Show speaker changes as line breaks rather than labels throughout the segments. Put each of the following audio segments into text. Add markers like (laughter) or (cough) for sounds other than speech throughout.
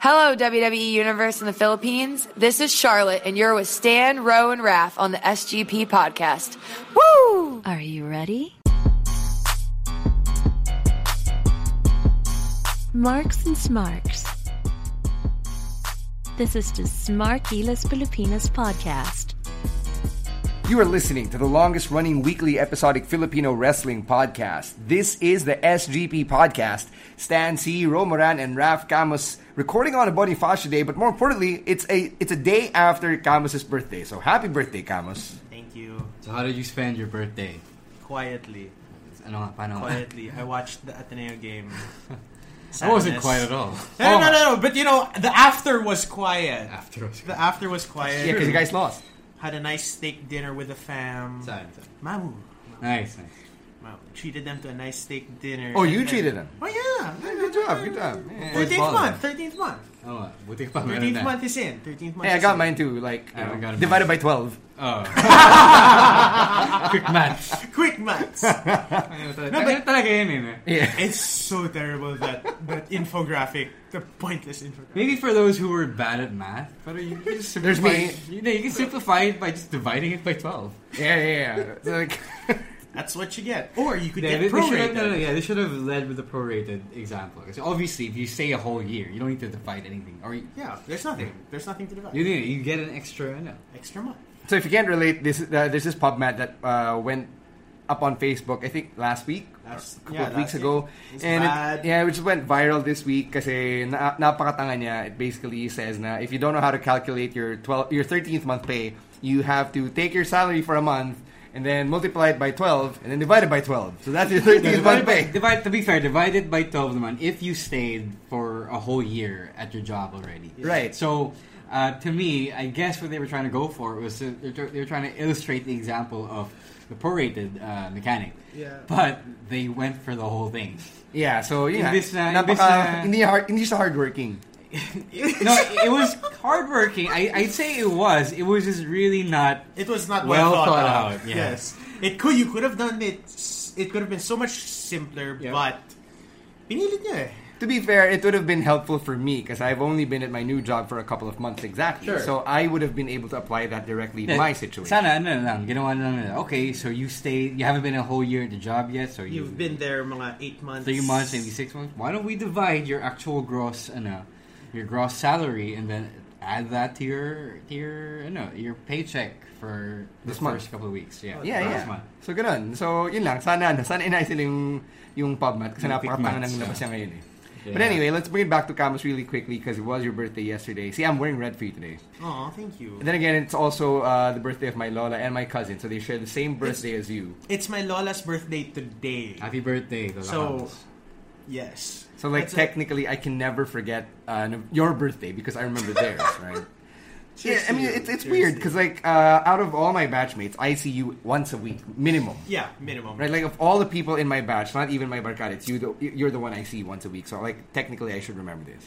Hello, WWE Universe in the Philippines. This is Charlotte, and you're with Stan, Rowe, and Raph on the SGP podcast. Woo!
Are you ready? Marks and Smarks. This is the Smarky Las Filipinas podcast.
You are listening to the longest running weekly episodic Filipino wrestling podcast. This is the SGP podcast. Stan C, Romoran, and Raf Camus recording on a Bonifacio day, but more importantly, it's a it's a day after Camus's birthday. So happy birthday, Camus.
Thank you.
So how did you spend your birthday?
Quietly.
Ano nga, paano?
Quietly. I watched the Ateneo game.
(laughs) I wasn't quiet
(laughs)
at all. Oh.
No, no, no, no. But you know, the after was quiet.
After was
The after was quiet.
Yeah, because you guys lost.
Had a nice steak dinner with the fam.
Saan?
Mamu.
Nice, nice.
Mamu. Treated them to a nice steak dinner.
Oh, you
And then-
treated them.
Oh, yeah.
Good job, good job. Yeah.
Thirteenth
Paul,
month. Thirteenth month.
Oo nga, buti pa meron
Thirteenth
na.
month is in. Thirteenth month.
Hey, I
is
got
in.
mine too. Like you
Yeah,
know,
we got mine.
divided by twelve.
Oo. (laughs) Quick
(laughs)
math.
Quick
(laughs)
months.
No, but, talaga yun yun eh.
Yeah.
it's so terrible that that infographic, the pointless infographic.
Maybe for those who were bad at math, pero you can just
There's me.
simplify it. You, know, you can simplify it by just dividing it by 12.
Yeah, yeah, yeah. It's like (laughs)
That's what you get. Or you could
Yeah,
get
they, they should have,
prorated.
no, no, yeah, they should have led with the prorated example. Because obviously, if you say a whole year, you don't need to divide anything. Or you,
Yeah, there's nothing. There's nothing to divide.
you, need- you get an extra, ano.
Extra month.
So if you can't relate, this uh, there's this pub mat that uh, went up on Facebook. I think last week,
Last-
a couple
yeah,
of weeks
last
ago,
week. It's
and
bad.
It, yeah, which went viral this week because na- napakatanga niya. It basically says na if you don't know how to calculate your 12, your thirteenth month pay, you have to take your salary for a month and then multiply it by twelve and then divide it by twelve. So
(laughs)
that's your thirteenth month
Divide by,
pay.
divide, to be fair, divide it by 12 naman if you stayed for a whole year at your job already.
Right.
So, uh, to me, I guess what they were trying to go for was to, they're, tr- they're trying to illustrate the example of the prorated uh, mechanic.
Yeah.
But they went for the whole thing.
Yeah, so yeah,
Imbis na- imbis na-
napaka, hindi hard, hindi siya hardworking.
no, it was hardworking. I, I'd say it was. It was just really not.
It was not well,
Well
thought,
thought
out.
out, yeah.
Yes, it could. You could have done it. s- It could have been so much simpler,
Yeah.
but pinilit niya eh.
To be fair, it would have been helpful for me because I've only been at my new job for a couple of months exactly.
Sure.
So I would have been able to apply that directly to my situation.
Sana, ano na lang, ginawa na lang nila. Okay, so you stayed, you haven't been a whole year at the job yet, so you,
You've been there mga eight months.
three months, maybe six months. Why don't we divide your actual gross, ano, your gross salary, and then add that to your to your, ano, your paycheck for the
This month.
first couple of weeks. Yeah,
Yeah,
last
yeah.
month.
So ganun. So yun lang. Sana, ano, sana inay sila yung, yung pub mat kasi
Yung quick
napakatanga
mats,
ng labas
yeah.
niya ngayon eh. But
Yeah.
anyway, let's bring it back to Camus really quickly because it was your birthday yesterday. See, I'm wearing red for you today.
Oh, thank you.
And then again, it's also uh, the birthday of my Lola and my cousin, so they share the same birthday as you.
It's my Lola's birthday today.
Happy birthday, Lola
So,
Camus.
yes.
So like
That's it.
technically, I can never forget uh, no- your birthday because I remember theirs, (laughs) right? Yeah, I
Cheers to
mean
you.
it's it's
Cheers
weird
to
because like uh, out of all my batchmates, I see you once a week minimum.
you. yeah, minimum.
Right, like of all the people in my batch, not even my barkada, it's you. The, you're the one I see once a week, so like technically I should remember this.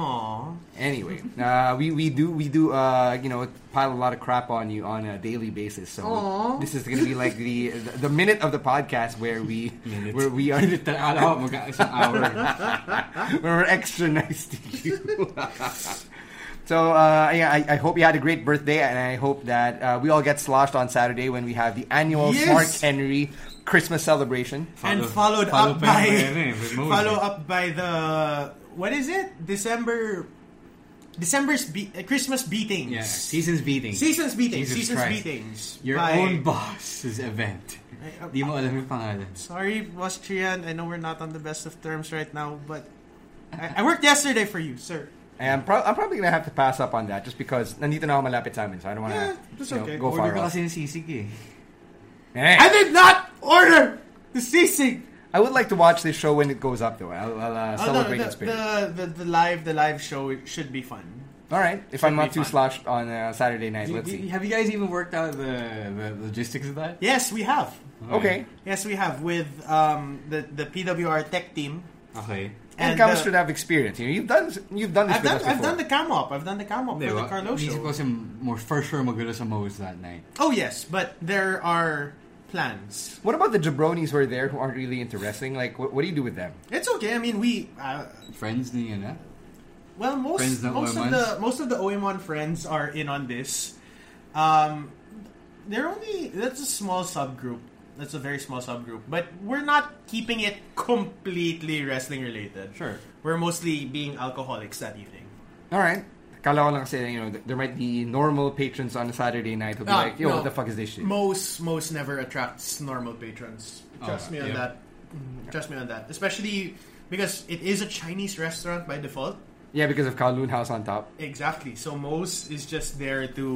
Aw.
Anyway, uh, we we do we do uh, you know pile a lot of crap on you on a daily basis. So this is gonna be like the the minute of the podcast where we where we are (laughs)
Ulit na- alam ko, mag- isang hour.
where we're extra nice to you. so uh, yeah, I, I hope you had a great birthday, and I hope that uh, we all get sloshed on Saturday when we have the annual
Yes!
Mark Henry Christmas celebration.
and
Follow-
followed
follow
up
pa
by
yung ano eh, with Moses.
(laughs) follow up by the what is it? December December's be- uh, Christmas beatings.
yeah, seasons beating.
Seasons beatings.
Jesus
seasons
Christ.
beatings.
Your
by-
own boss's event.
Ay,
Di mo alam yung pangalan.
Sorry, Boss Trian. I know we're not on the best of terms right now, but I, I worked yesterday for you, sir.
And I'm, prob- I'm probably gonna have to pass up on that just because nandito na ako malapit sa amin, so I don't wanna
Yeah, that's
you know,
okay.
go
Order
far
ka
off.
kasi ng sisig eh.
Eh,
I did not order the sisig.
I would like to watch this show when it goes up, though. I'll, I'll uh,
Oh, no,
celebrate in
the,
spirit.
the, the, the live the live show it should be fun.
All right. If I'm
should
not
be
too
fun.
sloshed on uh, Saturday night,
Do-
let's
do-
see.
Have you guys even worked out the, the logistics of that?
Yes, we have.
Okay.
Yes, we have with um, the the PWR tech team.
Okay.
And,
the-
Camus should have experience. You know, you've done you've done this
uh, I've
with
done
us
I've
before.
done the cam up. I've done the cam up
Hindi,
for the
wa-
Carlo
Isip ko
show.
kasi more for sure magulo sa Moe's that night.
Oh yes, but there are plans.
what about the jabronis who are there who aren't really into wrestling? Like, what, what do you do with them?
It's okay. I mean, we uh,
Friends niya na?
well most
Friends na
most of
OMONs?
the most of the OM1 friends are in on this. Um, they're only that's a small subgroup. That's a very small subgroup, but we're not keeping it completely wrestling related.
Sure.
we're mostly being alcoholics that evening.
All right. Kala ko lang kasi, you know, th- there might be normal patrons on a Saturday night who'll be
Ah,
like, yo,
no.
what the fuck is this shit?
Most most never attracts normal patrons. Trust
Oh,
me on
yeah.
that. Mm, Trust me on that. Especially because it is a Chinese restaurant by default.
yeah, because of Kowloon House on top.
Exactly. So Mo's is just there to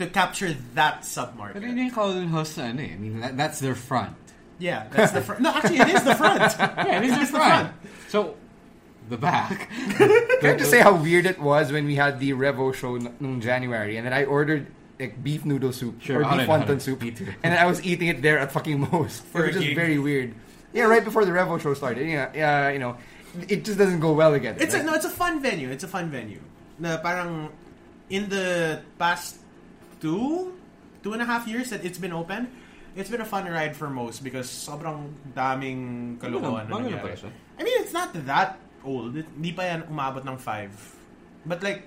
to capture that submarket.
Pero yun yung Kowloon House na ano eh. I mean, that, that's their front.
Yeah, that's the front. No, actually, it is the front.
Yeah, it is their front. So, the back.
Can I just say how weird it was when we had the Revo show n- nung January and then I ordered like beef noodle soup
Sure,
or
I
beef
don't know.
wonton soup
Me too.
and then I was eating it there at fucking Moe's. (laughs)
For
it was
a
just
gig.
very weird. Yeah, right before the Revo show started. Yeah, yeah, you know, it just doesn't go well again.
It's a,
right?
no, it's a fun venue. It's a fun venue. Na parang in the past two, two and a half years that it's been open, it's been a fun ride for most because sobrang daming kalokohan na
Bago na- bago na
nangyari.
pala siya.
I mean, it's not that old. It- Hindi pa yan umabot ng five. But like,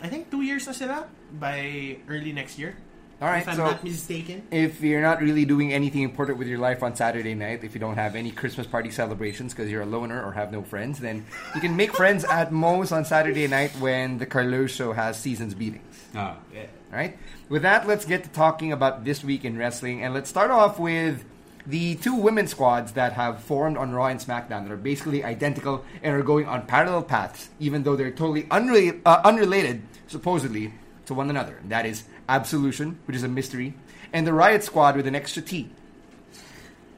I think two years na sila by early next year.
All right,
if I'm
so-
not mistaken.
if you're not really doing anything important with your life on Saturday night, if you don't have any Christmas party celebrations because you're a loner or have no friends, then you can make friends at Moe's on Saturday night when the Carlos show has seasons beatings.
Ah.
All right. With that, let's get to talking about this week in wrestling, and let's start off with the two women's squads that have formed on Raw and SmackDown that are basically identical and are going on parallel paths, even though they're totally unrela- uh, unrelated, supposedly, to one another. And that is Absolution, which is a mystery, and the Riot Squad with an extra T.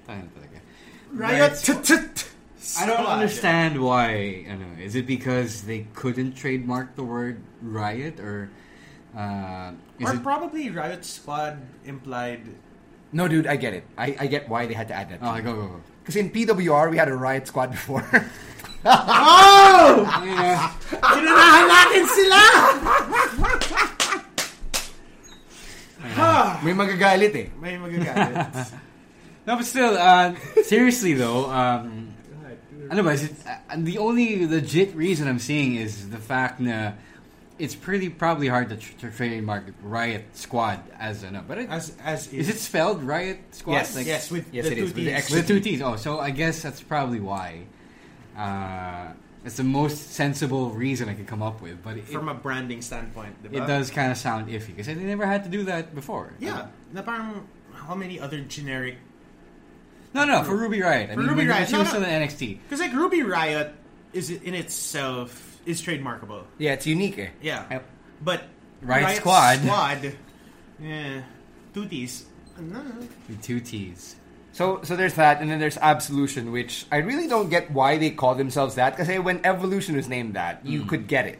Tayo talaga.
Riot.
I don't
Squad.
understand why. I know. Is it because they couldn't trademark the word riot, or uh, is
Or
it?
probably Riot Squad implied
No, dude, I get it. I, I get why they had to add
oh,
that.
go go go.
Because in PWR, we had a Riot Squad (laughs) before.
Yeah.
Tinanahan natin sila!
May magagalit eh.
May magagalit.
(laughs)
no, but still. Uh, seriously though, um, Otherwise, it's, uh, the only legit reason I'm seeing is the fact that it's pretty probably hard to, tr- to trademark Riot Squad as an. But it,
As- as
is
is.
it spelled Riot Squad?
Yes,
yes, with
Yes,
the
it
two
is, with the
Ts.
extra
with two T's. Oh, so I guess that's probably why. Uh, it's the most sensible reason I could come up with, but it,
From a branding standpoint, di ba?
it does kind of sound iffy because they never had to do that before.
Yeah. Na parang, how many other generic...
No, no, for Ruby Riot. I
For
mean,
Ruby
when
Riot,
She
no,
was
no.
still in NXT.
Because like Ruby Riot is in itself is trademarkable.
Yeah, it's unique eh.
Yeah.
Yep.
But
Riot Squad.
Squad. Yeah. Two T's. No.
With two T's.
So, so there's that, and then there's Absolution, which I really don't get why they call themselves that. Because when Evolution was named that,
Hmm.
you could get it;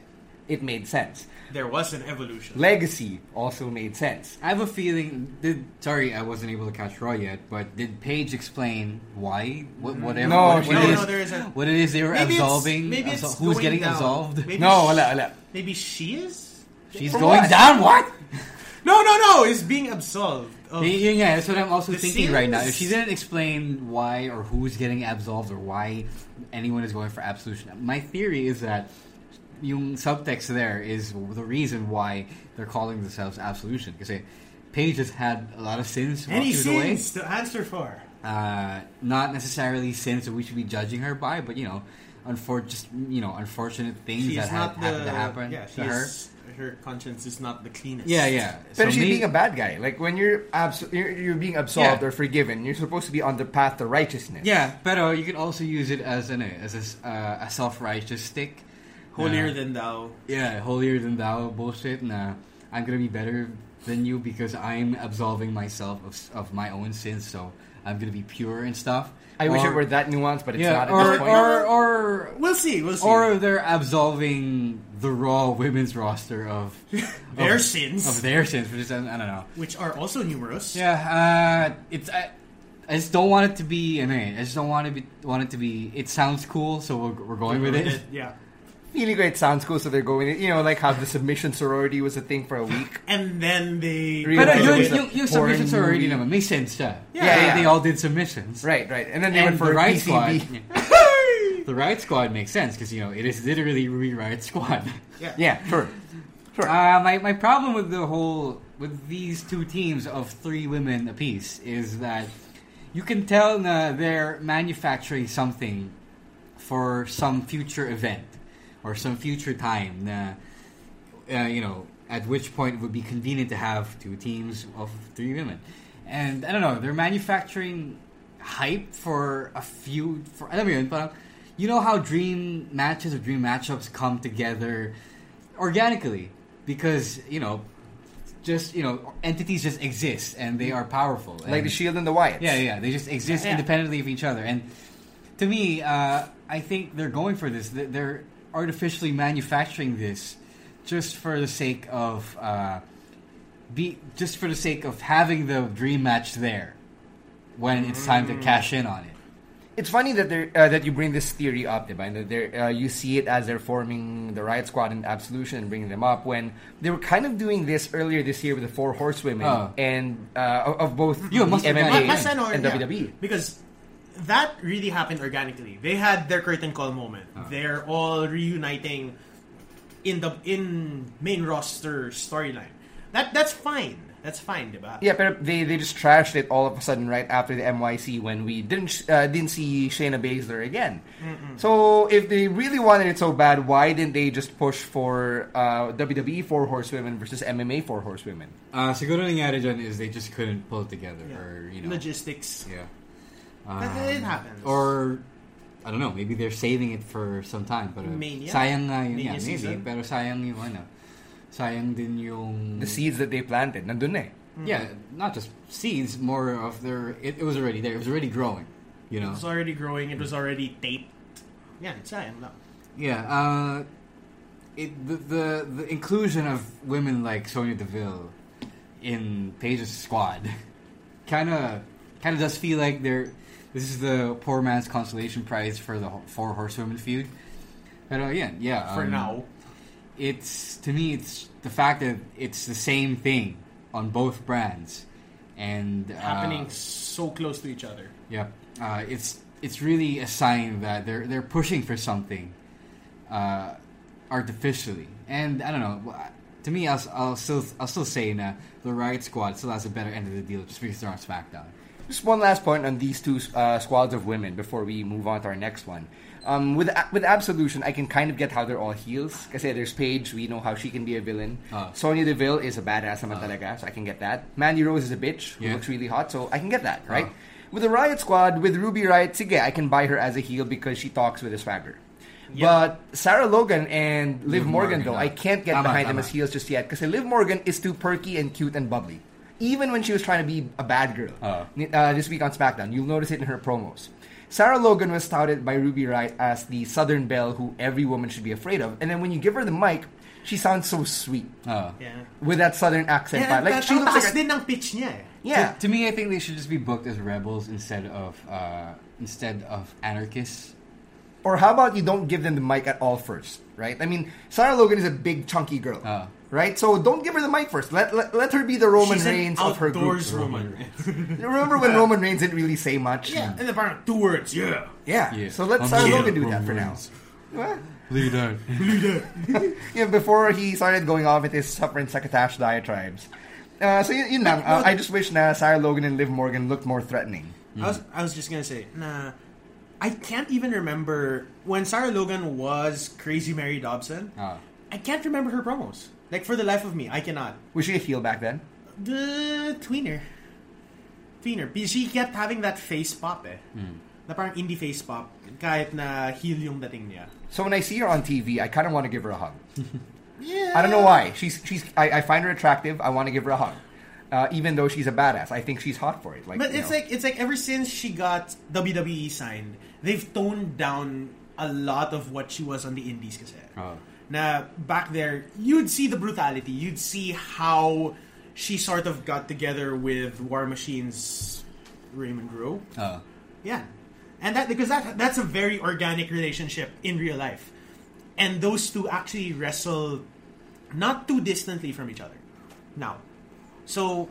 it made sense.
There was an evolution.
Legacy also made sense.
I have a feeling. Did sorry, I wasn't able to catch Raw yet, but did Paige explain why? What, whatever.
No,
what,
she
what it
didn't.
is-
No, no, there isn't.
What it is they were
Maybe it's-
absolving?
maybe it's
absol- who's
going
getting
down.
absolved?
Maybe
No,
she-
wala, wala.
Maybe she is?
She's
For
going
what?
down. What?
No, no, no! Is being absolved. of-
Y- yun nga, that's what I'm also
The
thinking right now. If
scenes-
she didn't explain why or who's getting absolved or why anyone is going for absolution, my theory is that yung subtext there is the reason why they're calling themselves absolution. Because Paige has had a lot of sins. while
Any
she was away.
sins to answer for?
Uh, not necessarily sins that we should be judging her by, but you know, unfor- just you know, unfortunate things
She's
that had
not the
happened to happen
yeah,
to
she
her.
is- her conscience is not the cleanest.
Yeah, yeah.
But
So
she's
may-
being a bad guy. Like when you're abs- you're, you're being absolved
Yeah.
or forgiven, you're supposed to be on the path to righteousness.
Yeah, pero you can also use it as an as a, s- uh, a self righteous stick.
holier
Uh,
than thou.
yeah, holier than thou bullshit. Nah, I'm gonna be better than you because I'm absolving myself of, s- of my own sins, so I'm gonna be pure and stuff.
I wish it
Or-
were that nuanced, but it's
yeah,
not at
or,
this point.
or or
We'll see. We'll see.
or they're absolving the Raw women's roster
(laughs)
of
Their
of-
sins.
of their sins, which is I don't know.
which are also numerous.
Yeah, uh, it's I, I just don't want it to be annoying. I just don't want to be want it to be. It sounds cool, so we're, we're going with it.
Yeah.
Feeling great sounds cool, so they're going. You know, like how the submission sorority was a thing for a week.
(gasps)
And then they.
Really?
(laughs) But uh,
Yeah,
yung,
it's a
yung, yung
foreign
submissions are already
movie.
naman. May sense siya.
Yeah,
they,
yeah.
they all did submissions.
Right, right, and then they
And
went for
the right
PCB.
squad.
(laughs)
the right squad makes sense because you know it is literally rewrite squad. (laughs)
Yeah.
Yeah, sure.
Uh, my my problem with the whole with these two teams of three women apiece is that you can tell na they're manufacturing something for some future event or some future time. Na, uh, you know, at which point it would be convenient to have two teams of three women. And I don't know, they're manufacturing hype for a few. For alam mo yun, parang, you know how dream matches or dream matchups come together organically because you know, just you know, entities just exist and they are powerful.
Like
And-
the Shield and the Wyatts.
yeah, yeah. They just exist
Yeah.
independently of each other. And to me, uh, I think they're going for this. They- They're artificially manufacturing this just for the sake of uh, be just for the sake of having the dream match there when it's time to cash in on it.
It's funny that they're, uh, that you bring this theory up, diba? And that they're, uh, you see it as they're forming the Riot Squad and Absolution and bringing them up when they were kind of doing this earlier this year with the Four Horsewomen
Oh.
and uh, of- of both
You
the
must have
MMA
done
But
it.
mas ano,
and E.
yeah.
E.
WWE.
Because that really happened organically. They had their curtain call moment.
Uh-huh.
They're all reuniting in the in main roster storyline. That that's fine. That's fine, diba?
Yeah, but they, they just trashed it all of a sudden right after the MYC when we didn't sh- uh, didn't see Shayna Baszler again. So if they really wanted it so bad, why didn't they just push for uh, WWE Four Horsewomen versus MMA Four Horsewomen?
Uh, siguro nangyari dyan is they just couldn't pull it together
Yeah.
or you know
Logistics.
yeah. Um,
But it happens.
Or I don't know, maybe they're saving it for some time, but uh,
Mania?
sayang nga yun,
Mania
yeah, maybe,
season?
pero sayang yung ano. Sayang din yung
The seeds that they planted, nandun eh.
Mm-hmm.
Yeah, not just seeds, more of their it, it was already there. It was already growing, you know.
It was already growing. It was already taped. Yeah, it's sayang
Um,
lang.
Yeah, uh, it, the, the the inclusion of women like Sonya Deville in Paige's squad (laughs) kind of kind of does feel like they're this is the poor man's consolation prize for the ho- four horsewomen feud. But uh, yeah, yeah.
For
um,
now.
it's to me, it's the fact that it's the same thing on both brands, and uh,
Happening so close to each other.
Yep. Uh, it's it's really a sign that they're they're pushing for something uh, artificially, and I don't know. To me, I'll, I'll still I'll still say nah, the Riot Squad still has a better end of the deal just because they're on SmackDown.
Just one last point on these two uh, squads of women before we move on to our next one. Um, with A- with Absolution, I can kind of get how they're all heels. Because there's Paige, we know how she can be a villain.
Ah.
Sonya Deville is a badass naman talaga, so I can get that. Mandy Rose is a bitch who
Yeah. Ah.
looks really hot, so I can get that, right? With the Riot Squad, with Ruby Riot, sige, I can buy her as a heel because she talks with a swagger. But Sarah Logan and Liv,
Liv
Morgan,
Morgan,
though,
ah.
I can't get
Tama,
behind them
tama.
as heels just yet because Liv Morgan is too perky and cute and bubbly. Even when she was trying to be a bad girl
Ah.
uh, this week on SmackDown. You'll notice it in her promos. Sarah Logan was touted by Ruby Wright as the Southern Belle who every woman should be afraid of. And then when you give her the mic, she sounds so sweet
Uh,
Yeah.
with that Southern accent.
Yeah,
vibe. like
that-
she
ang
looks
taas
like a,
din ng pitch niya eh.
yeah.
To, to me, I think they should just be booked as rebels instead of uh, instead of anarchists.
Or how about you don't give them the mic at all first, right? I mean, Sarah Logan is a big chunky girl,
Ah.
right? So don't give her the mic first. Let let, let her be the Roman
She's an
Reigns of her group.
outdoors woman.
Remember when Roman Reigns didn't really say much? Mm.
(laughs) yeah, and then parang two words. Yeah.
Yeah.
Yeah.
So let
I'm
Sarah
the
Logan do that
Roman
for now.
Reigns.
What?
(laughs) Leader.
Yeah, before he started going off with his suffering succotash diatribes. Uh, so yun, yun lang. Uh, I just wish na Sarah Logan and Liv Morgan looked more threatening.
I was I was just gonna say, nah. I can't even remember when Sarah Logan was Crazy Mary Dobson.
Oh.
Ah.
I can't remember her promos. Like for the life of me, I cannot.
Was she a heel back then?
The tweener, tweener. Because she kept having that face pop eh.
Hmm.
Na parang indie face pop. Kahit na heel yung dating niya.
So when I see her on TV, I kind of want to give her a hug. I don't know why. She's she's. I, I find her attractive. I want to give her a hug, uh, even though she's a badass. I think she's hot for it. Like,
But
you
it's
know.
like it's like ever since she got WWE signed, they've toned down a lot of what she was on the indies kasi.
Ah.
Oh.
Na back there, you'd see the brutality. You'd see how she sort of got together with War Machine's Raymond Rowe.
Ah.
Uh,
Yeah. And that because that that's a very organic relationship in real life. And those two actually wrestle not too distantly from each other now. So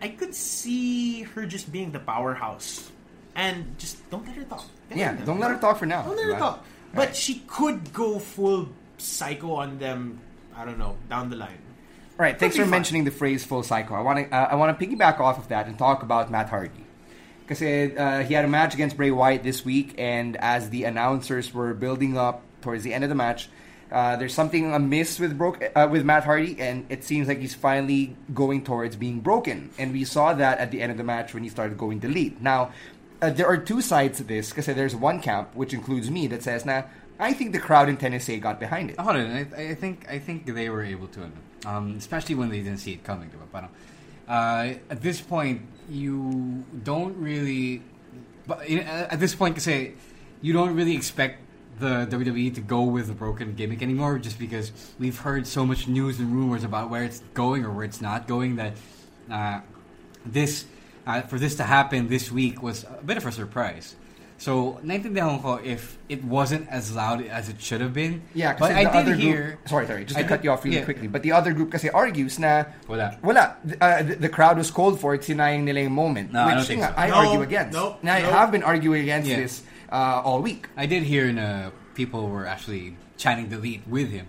I could see her just being the powerhouse. And just don't let her talk. Get
Yeah,
rid of
don't let her talk for now.
Don't let her
Right.
talk. But she could go full psycho on them, I don't know, down the line.
All right, thanks
Could
for
be fun.
mentioning the phrase "full cycle." I want to uh, I want to piggyback off of that and talk about Matt Hardy because uh, he had a match against Bray Wyatt this week, and as the announcers were building up towards the end of the match, uh, there's something amiss with broke uh, with Matt Hardy, and it seems like he's finally going towards being broken. And we saw that at the end of the match when he started going delete. Now, uh, there are two sides to this because there's one camp which includes me that says, "Nah, I think the crowd in Tennessee got behind it."
hold on, I, I think I think they were able to, um, especially when they didn't see it coming. Diba? Parang, uh, at this point, you don't really. But you know, at this point, say you don't really expect the WWE to go with the broken gimmick anymore, just because we've heard so much news and rumors about where it's going or where it's not going that. Uh, this uh, for this to happen this week was a bit of a surprise. So naiintindihan ko if it wasn't as loud as it should have been.
Yeah,
but
because
I
the
did
other
hear.
group. Sorry, sorry. Just
I
to cut
did-
you off really
yeah.
quickly. But the other group kasi argues na
Wala.
wala. Th- Uh, the, the crowd was called for it, denying nila yung moment.
No, I
which
don't think
nga,
so.
I
No,
argue against.
nope,
and I
nope.
have been arguing against
Yeah.
this uh, all week.
I did hear in uh, people were actually chanting delete with him.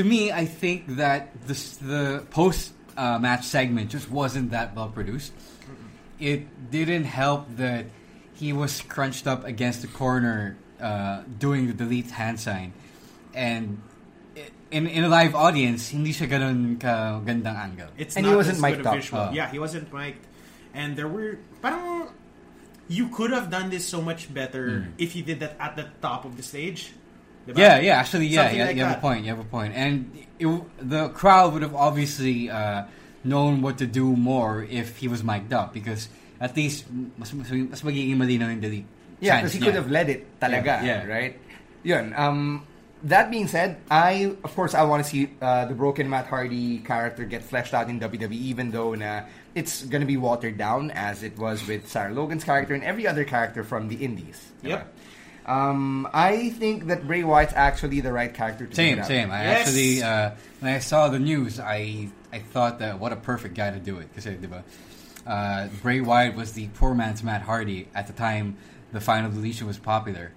To me, I think that this, the post uh, match segment just wasn't that well produced. It didn't help that he was crunched up against the corner uh, doing the delete hand sign, and i- in in a live audience, hindi siya ganun ka gandang angle. Oh.
It's
And
not
he wasn't
as
mic'd
good a
up, uh.
visual.
huh?
Yeah, he wasn't mic'd. And there were parang you could have done this so much better
Mm.
if you did that at the top of the stage. diba?
Yeah, yeah, actually, yeah,
Something
yeah
like
you have
that.
a point, you have a point. And it, w- the crowd would have obviously uh, known what to do more if he was mic'd up because at least mas, mas, mas magiging malinaw yung delete.
Yeah,
chance
because he
niya.
could have led it talaga,
Yeah, yeah.
right? Yun. Um, that being said, I of course I want to see uh, the broken Matt Hardy character get fleshed out in WWE, even though na it's gonna be watered down as it was with Sarah Logan's character and every other character from the Indies.
Yep.
Um, I think that Bray Wyatt's actually the right character. to bring it
Same,
up.
same. I
Yes.
actually, uh, when I saw the news, I I thought that what a perfect guy to do it because uh, Bray Wyatt was the poor man's Matt Hardy at the time the final deletion was popular,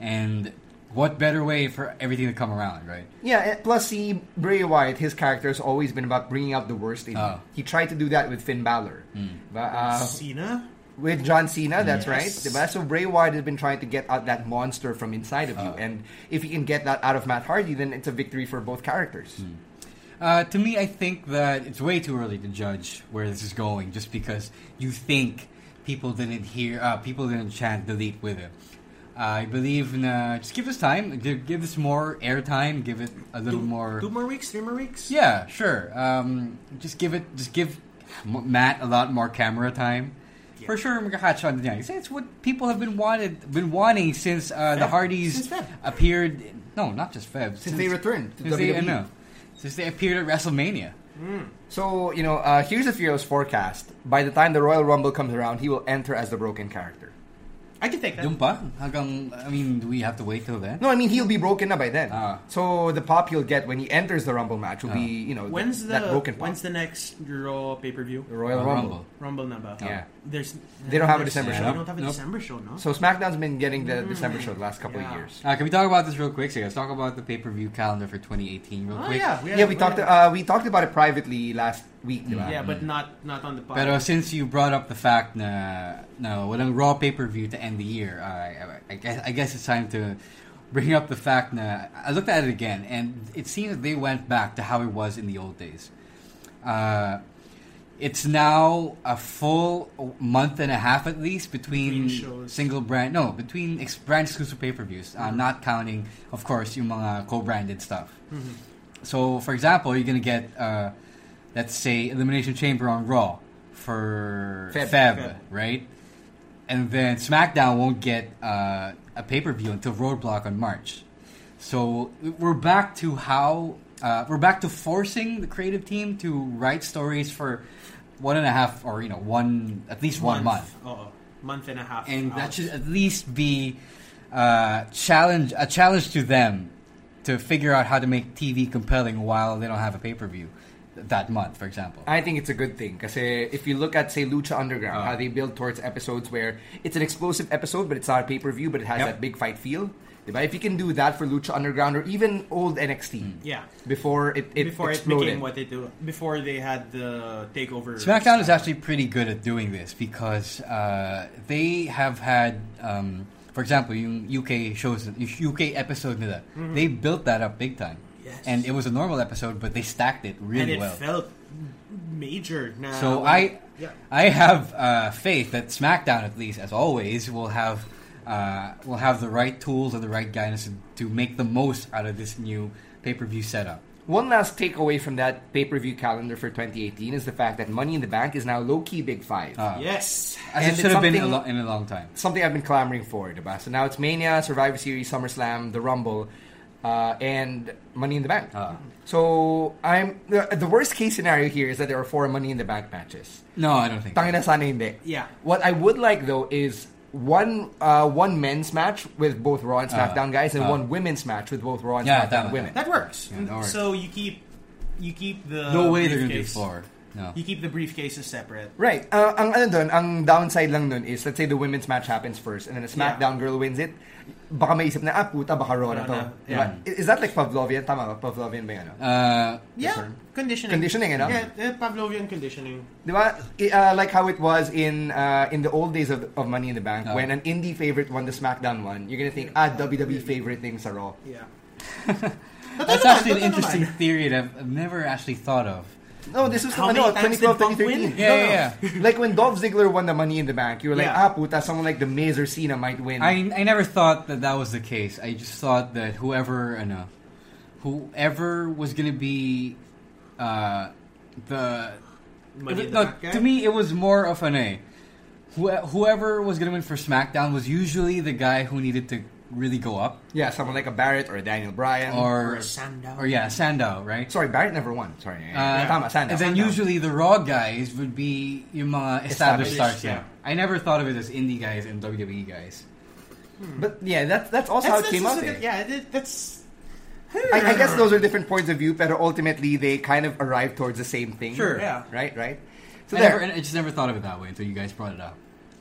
and what better way for everything to come around, right?
Yeah, and plus see Bray Wyatt, his character has always been about bringing out the worst in
Oh. Hmm.
you. He tried to do that with Finn Balor, but, uh,
Cena.
with John Cena. That's right.
Yes.
Diba? So Bray Wyatt has been trying to get out that monster from inside of you,
Oh.
and if he can get that out of Matt Hardy, then it's a victory for both characters.
Uh, to me, I think that it's way too early to judge where this is going, just because you think people didn't hear, uh, people didn't chant delete with him. I believe in uh, just give us time, give, give this more airtime, give it a little more.
Two more weeks, three more weeks.
Yeah, sure. Um, just give it, just give M- Matt a lot more camera time. For sure, magkakatch on the night. It's what people have been wanted, been wanting since uh, the Hardys
Since Feb.
appeared. No, not just Feb. Since,
they returned to E.
since they,
E.
WWE.
no, since they appeared at WrestleMania.
So you know, uh, here's a Fio's forecast. By the time the Royal Rumble comes around, he will enter as the broken character.
I can take that.
Yun pa? Hanggang, I mean, do we have to wait till then?
No, I mean he'll be broken up by then.
Ah.
So the pop he'll get when he enters the Rumble match will be you know
When's
th-
the
that broken pop.
when's the next Raw pay per view?
the Royal
Uh,
Rumble.
Rumble number.
Yeah.
There's
They don't have a
there's-
December
show.
They don't have a
Nope.
December show, no?
So SmackDown's been getting the December show the last couple of
Mm. Yeah.
years.
Uh, can we talk about this real quick? So let's talk about the pay per view calendar for 2018 real
oh
quick.
yeah, we,
Yeah,
had-
we
had-
talked uh, we talked about it privately last week, diba?
Yeah, but not not on the podcast.
Pero since you brought up the fact na no, walang raw pay-per-view to end the year, I, I, I, guess, I guess it's time to bring up the fact na I looked at it again and it seems that they went back to how it was in the old days. Uh, it's now a full month and a half at least between,
Between shows. Mm-hmm.
single brand no between ex- brand exclusive pay-per-views. I'm not counting, of course, yung mga co-branded stuff. So, for example, you're going to get, uh, let's say, Elimination Chamber on Raw for
Feb.
Feb,
Feb.
right? And then SmackDown won't get uh, a pay per view until Roadblock on March. So we're back to how uh, we're back to forcing the creative team to write stories for one and a half or you know one at least one month
Oo. month and a half.
and that
out.
should at least be uh, challenge a challenge to them to figure out how to make TV compelling while they don't have a pay per view that month, for example.
I think it's a good thing because if you look at say Lucha Underground, how they build towards episodes where it's an explosive episode, but it's not a pay per view, but it has
Yep.
that big fight feel. Diba? If you can do that for Lucha Underground or even old NXT,
Yeah.
before it, it
before
exploded.
it became what they do. Before they had the takeover.
SmackDown is actually pretty good at doing this because uh, they have had, um, for example, yung UK shows, yung UK episode nila, they built that up big time.
Mm-hmm. Yes.
And it was a normal episode, but they stacked it really
and it
well.
felt major. Na
So
when-
I,
yeah.
I have uh, faith that SmackDown, at least as always, will have uh, will have the right tools and the right guidance to make the most out of this new pay per view setup.
One last takeaway from that pay per view calendar for 2018 is the fact that Money in the Bank is now low key Big Five.
Ah. Yes.
And
As it
it's
should have been a
something-
lo- in a long time.
something I've been clamoring for, diba? So now it's Mania, Survivor Series, SummerSlam, The Rumble, uh, and Money in the Bank. So I'm the, the worst case scenario here is that there are four Money in the Bank matches.
No, I don't think. so.
Tangina sana hindi.
Yeah.
What I would like though is one uh, one men's match with both Raw and SmackDown guys, and one women's match with both Raw and
Yeah,
SmackDown
tama,
women.
That works.
Yeah, that works.
So you keep you keep the
No way they're gonna do
briefcase-
four. No.
You keep the briefcases separate.
Right. Uh, ang ano dun, ang downside lang nun is, let's say the women's match happens first and then a SmackDown girl wins it, baka maisip na, ah, puta, baka Raw na to.
Raw na.
Diba? I- Is that like Pavlovian? Tama ba? Pavlovian ba yung ano?
Uh,
Yeah. Conditioning.
Conditioning, eh, no?
Yeah, eh, Pavlovian conditioning.
Diba? I- uh, like how it was in uh, in the old days of, of Money in the
Uh-huh.
Bank when an indie favorite won the SmackDown one, you're gonna think, ah, WWE favorite thing sa Raw.
Yeah.
that's actually an interesting theory that I've, I've never actually thought of.
No, this was
How
ano,
many times
2012,
did Punk win?
2013.
Yeah,
No,
yeah,
no. like when Dolph Ziggler won the Money in the Bank, you were like, ah,
Yeah.
puta, someone like The Miz or Cena might win.
I, I never thought that that was the case. I just thought that whoever and uh, whoever was going to be uh, the,
Money in the
no,
Bank guy?
to me it was more of an a Whoe- whoever was going to win for SmackDown was usually the guy who needed to really go up
yeah, someone like a Barrett or a Daniel Bryan.
or
Or Sandow.
or yeah Sandow right.
Sorry, Barrett never won. Sorry.
Uh,
Tama, Sandow.
And then
Sandow.
usually the Raw guys would be yung mga established,
Established,
stars. Yeah.
yeah.
I never thought of it as indie guys and WWE guys.
But yeah, that's that's also
That's,
how it
that's
came
just
up.
a
eh.
good- yeah, that- that's
I, I guess those are different points of view, but ultimately they kind of arrive towards the same thing.
Sure.
Yeah.
Right. Right. So
I,
there.
never, I just never thought of it that way until you guys brought it up.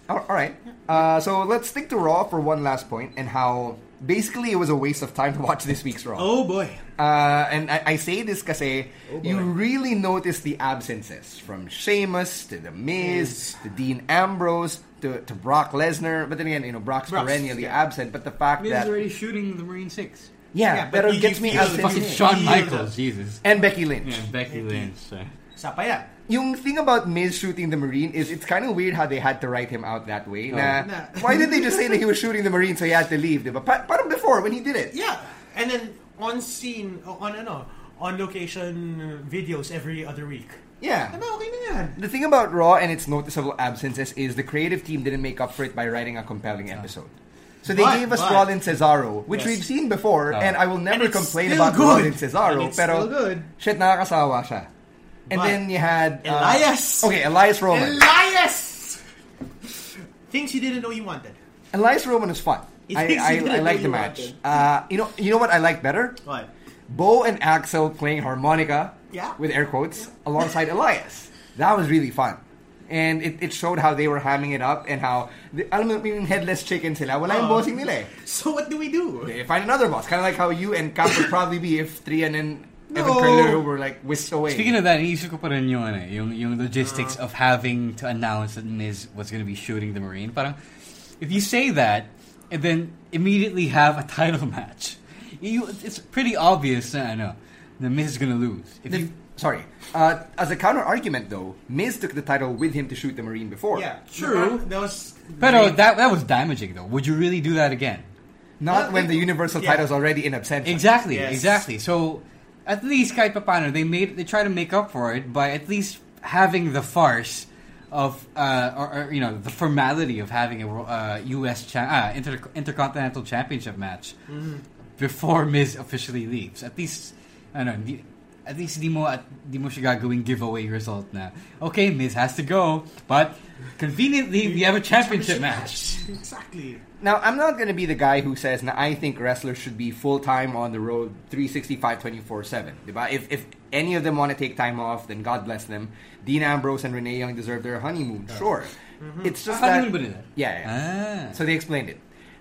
All all right. Uh, so let's stick to Raw for one last point and how basically it was a waste of time to watch this week's Raw.
oh boy.
Uh, and I, I say this because eh, you really notice the absences from Sheamus to The Miz to Dean Ambrose to, to Brock Lesnar. But then again, you know, Brock's,
Brock's,
perennially
yeah.
absent. But the fact
Miz
that.
is already shooting the Marine Six.
yeah,
Yeah, but
but it
you-
gets
you
me
feel
absent.
the
Fucking
Yeah.
Shawn
Yeah.
Michaels, Jesus.
And Becky Lynch.
Yeah, Becky Lynch. uh,
Sapaya.
Yung thing about Miz shooting the Marine is it's kind of weird how they had to write him out that way.
Oh.
Na,
Nah.
Why did they just say that he was shooting the Marine so he had to leave? Diba? Pa- parang before when he did it.
Yeah. And then on scene, o- on ano, on location videos every other week.
Yeah.
Ano, okay na yan.
The thing about Raw and its noticeable absences is the creative team didn't make up for it by writing a compelling episode. So they
But-
gave us
but-
Rollins Cesaro, which
Yes. Oh.
we've seen before, and I will never
it's
complain
still
about
good.
Rollins Cesaro.
And it's
pero
still good.
shit, nakakasawa siya. And
But
then you had uh,
Elias.
Okay, Elias Roman.
Elias! Things you didn't know you wanted.
Elias Roman is fun.
It
I,
makes
I,
you feel
I
like
like the
you
match.
wanted.
Uh, you know, you know what I like better?
What?
Bo and Axel playing harmonica,
Yeah. (laughs)
with air quotes, alongside Elias. That was really fun. And it, it showed how they were hamming it up and how, the, alam mo yung headless chicken sila, wala yung
Oo.
bossing nila eh.
So what do we do?
They find another boss, kind of like how you and Cap would probably be if Trian and Evan
No.
Curler were like whisked away.
Speaking of that, iniisip ko pa rin yung, ano, eh, yung, yung logistics of having to announce that Miz was going to be shooting the Marine. Parang, if you say that, and then immediately have a (laughs) title match, you, it's pretty obvious na, ano, na Miz is going to lose. If
The-
you,
sorry, uh, as a counter argument though, Miz took the title with him to shoot the Marine before.
Yeah.
True.
That was.
pero that, that was damaging, though. Would you really do that again?
Not
Well,
when the
it-
Universal
yeah.
title's already in absentia.
Exactly,
Yes.
exactly. So at least kahit papano, they made they try to make up for it by at least having the farce of uh, or, or you know the formality of having a wor- uh, U.S. Cha- uh, inter- intercontinental championship match
Mm-hmm.
before Miz officially leaves. At least I don't know. di- At least di mo at di mo siya gagawing giveaway result na. Okay, Miz has to go, but conveniently we have a championship match.
Exactly.
Now, I'm not going to be the guy who says, "Nah, I think wrestlers should be full time on the road 365, 24 7. If, if any of them want to take time off, then God bless them. Dean Ambrose and Renee Young deserve their honeymoon, sure. It's just that.
Honeymoon ba nila?
Yeah, yeah.
Ah.
So they explained it.